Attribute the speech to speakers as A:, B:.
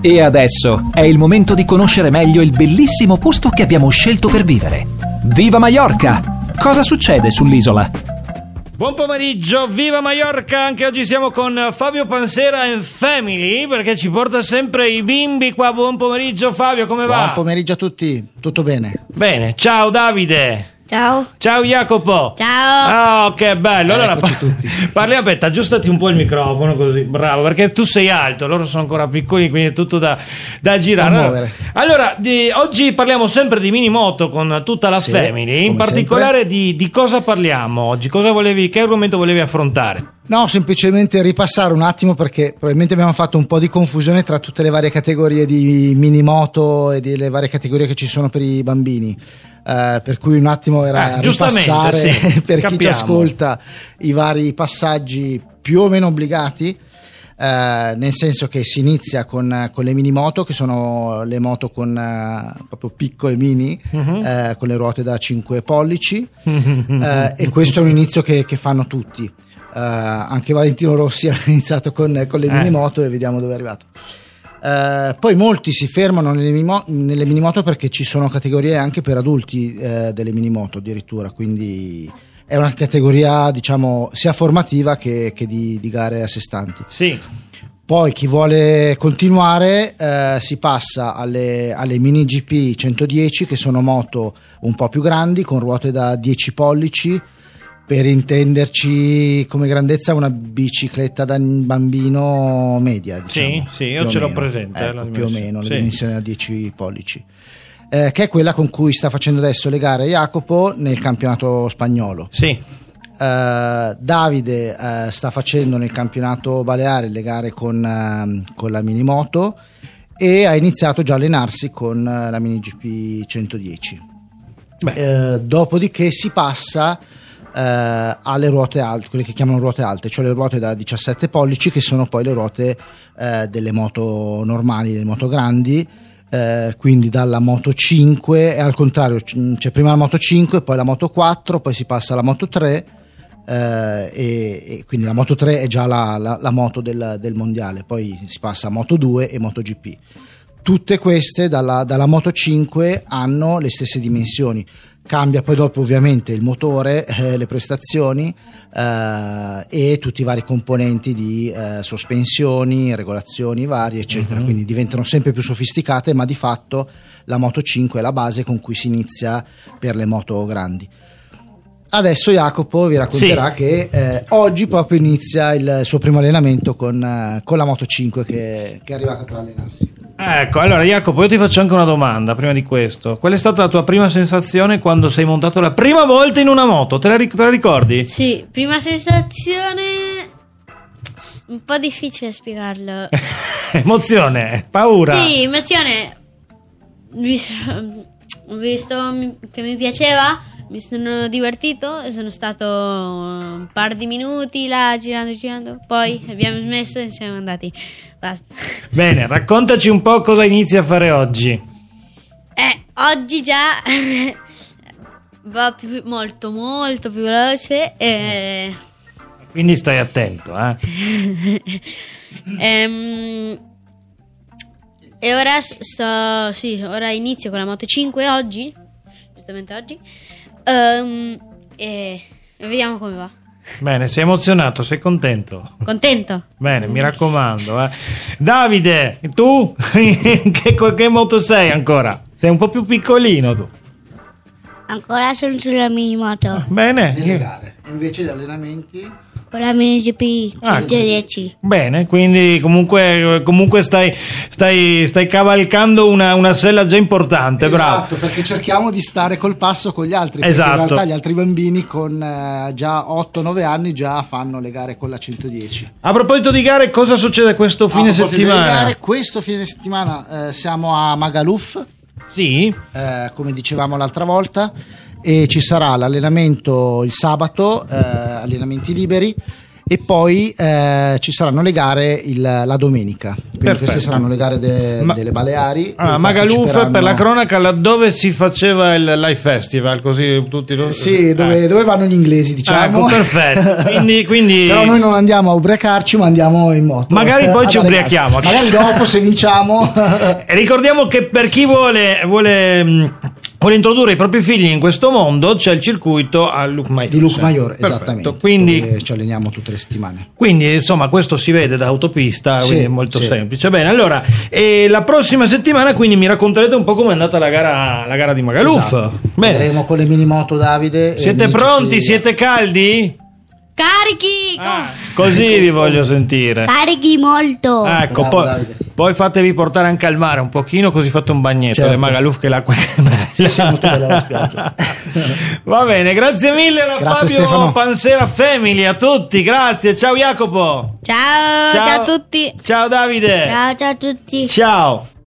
A: E adesso è il momento di conoscere meglio il bellissimo posto che abbiamo scelto per vivere. Viva Mallorca! Cosa succede sull'isola?
B: Buon pomeriggio, viva Mallorca! Anche oggi siamo con Fabio Pansera and Family perché ci porta sempre i bimbi qua. Buon pomeriggio Fabio, come
C: Buon
B: va?
C: pomeriggio a tutti, tutto bene?
B: Bene, ciao Davide!
D: Ciao.
B: Ciao Jacopo!
D: Ciao.
B: Oh, che bello! Allora,
C: Eccoci
B: pa-
C: tutti.
B: parliamo, aspetta, aggiustati un po' il microfono così, bravo, perché tu sei alto, loro sono ancora piccoli, quindi è tutto da, da girare.
C: Da
B: allora,
C: muovere.
B: allora, di- oggi parliamo sempre di mini moto con tutta la
C: Sì,
B: family, in
C: come
B: particolare di, di cosa parliamo oggi, cosa volevi, che argomento volevi affrontare?
C: No, semplicemente ripassare un attimo perché probabilmente abbiamo fatto un po' di confusione tra tutte le varie categorie di minimoto e delle varie categorie che ci sono per i bambini. Eh, per cui un attimo era
B: Ah, giustamente,
C: ripassare
B: sì,
C: per chi ci
B: capiamo.
C: ascolta i vari passaggi più o meno obbligati. eh, nel senso che si inizia con, con le minimoto, che sono le moto con eh, proprio piccole mini,
B: Mhm.
C: eh, con le ruote da 5 pollici, Eh, e questo è un inizio che, che fanno tutti. Eh, anche Valentino Rossi ha iniziato con, con le
B: Eh.
C: minimoto e vediamo dove è arrivato. Eh, poi molti si fermano nelle, minimo- nelle minimoto perché ci sono categorie anche per adulti eh, delle minimoto addirittura, quindi è una categoria diciamo sia formativa che, che di, di gare a sé stanti.
B: Sì,
C: Poi chi vuole continuare eh, si passa alle, alle mini GP 110 che sono moto un po' più grandi con ruote da 10 pollici per intenderci come grandezza una bicicletta da bambino media diciamo,
B: sì, io
C: più o
B: ce l'ho
C: meno.
B: presente,
C: Ecco,
B: la
C: più o
B: dimensione.
C: meno le
B: Sì.
C: dimensioni da 10 pollici eh, che è quella con cui sta facendo adesso le gare Jacopo nel campionato spagnolo
B: sì.
C: eh, Davide eh, sta facendo nel campionato Baleare le gare con, ehm, con la minimoto e ha iniziato già a allenarsi con eh, la mini GP 110.
B: Beh.
C: Eh, dopodiché si passa eh, alle ruote alte, quelle che chiamano ruote alte, cioè le ruote da 17 pollici, che sono poi le ruote eh, delle moto normali, delle moto grandi. eh, quindi dalla moto 5 e al contrario c- c'è prima la moto 5 poi la moto 4 poi si passa alla moto 3 eh, e, e quindi la moto 3 è già la, la- la moto del, del mondiale poi si passa a moto 2 e moto GP tutte queste dalla, dalla moto 5 hanno le stesse dimensioni cambia poi dopo ovviamente il motore eh, le prestazioni eh, e tutti i vari componenti di eh, sospensioni regolazioni varie eccetera quindi diventano sempre più sofisticate ma di fatto la moto 5 è la base con cui si inizia per le moto grandi Adesso Jacopo vi racconterà
B: Sì.
C: che eh, oggi proprio inizia il suo primo allenamento con, eh, con la Moto 5 che, che è arrivata per allenarsi.
B: Ecco, allora Jacopo, io ti faccio anche una domanda prima di questo. Qual è stata la tua prima sensazione quando sei montato la prima volta in una moto? Te la, ric- te la ricordi?
D: Sì, prima sensazione un po' difficile spiegarlo.
B: Eh, Emozione, paura.
D: Sì, emozione. Mi s- Ho visto mi- che mi piaceva, mi sono divertito e sono stato un par di minuti là girando girando, poi abbiamo smesso e siamo andati. Basta.
B: Bene, raccontaci un po' cosa inizi a fare oggi.
D: Eh, oggi già va più- molto molto più veloce e
B: Quindi stai attento, eh.
D: Ehm, e ora s- sto. Sì, ora inizio con la Moto 5 oggi. Giustamente oggi. Ehm, e vediamo come va.
B: Bene, sei emozionato, sei contento.
D: Contento?
B: Bene, mi raccomando, eh. Davide, tu che, co- che moto sei ancora? Sei un po' più piccolino tu.
E: Ancora sono sulla minimoto
B: Bene.
C: Nelle gare. Invece gli allenamenti
E: con la mini GP
B: Ah,
E: 110.
B: Bene, quindi comunque, comunque stai, stai- stai cavalcando una, una sella già importante, bravo.
C: Esatto, perché cerchiamo di stare col passo con gli altri. perché
B: Esatto.
C: In realtà gli altri bambini con eh, già 8-9 anni già fanno le gare con la 110.
B: A proposito di gare, cosa succede questo fine
C: Ah, A proposito delle
B: settimana?
C: gare, questo fine settimana eh, siamo a Magaluf,
B: Sì,
C: eh, come dicevamo l'altra volta, e ci sarà l'allenamento il sabato, eh, allenamenti liberi. E poi eh, ci saranno le gare il- la domenica. Quindi
B: Perfetto.
C: queste saranno le gare de-
B: Ma-
C: Eh, delle Baleari.
B: Ah,
C: e
B: Magaluf per la
C: parteciperanno-
B: cronaca laddove si faceva il live festival così tutti lo-
C: Sì, dove,
B: Eh.
C: dove vanno gli inglesi, diciamo.
B: Ecco, perfetto. Quindi- quindi-
C: Però noi non andiamo a ubriacarci, ma andiamo in moto.
B: Magari poi
C: a
B: ci
C: dare
B: ubriachiamo,
C: gas. Magari
B: chissà.
C: dopo, se vinciamo.
B: E Ricordiamo che per chi vuole, vuole, mh, vuole introdurre i propri figli in questo mondo c'è il circuito a Luc Maior.
C: Di Luc Maior,
B: Perfetto.
C: esattamente.
B: Quindi,
C: Dove ci alleniamo tutte le settimane.
B: quindi, insomma, questo si vede da autopista,
C: Sì,
B: quindi è molto
C: sì.
B: semplice. Bene, allora, e la prossima settimana quindi mi racconterete un po' com'è andata la gara, la gara di Magaluf.
C: Esatto.
B: Bene.
C: Andremo con le mini moto Davide. e
B: Siete
C: mini
B: pronti?
C: GP.
B: Siete caldi?
D: Carichi! com-
B: Ah, così vi voglio sentire.
E: Ah. Carichi molto.
B: Ecco,
C: Ecco. Bravo,
B: poi,
C: Davide.
B: poi fatevi portare anche al mare un pochino così fate un bagnetto.
C: Certo.
B: Le Magaluf che l'acqua che
C: Sì, sì, molto bella la spiaggia.
B: Va bene, grazie mille a Fabio
C: Grazie, Stefano.
B: Pansera Family, a tutti, grazie. Ciao Jacopo.
D: Ciao, ciao a tutti!
B: Ciao Davide.
E: Ciao ciao a tutti.
B: Ciao.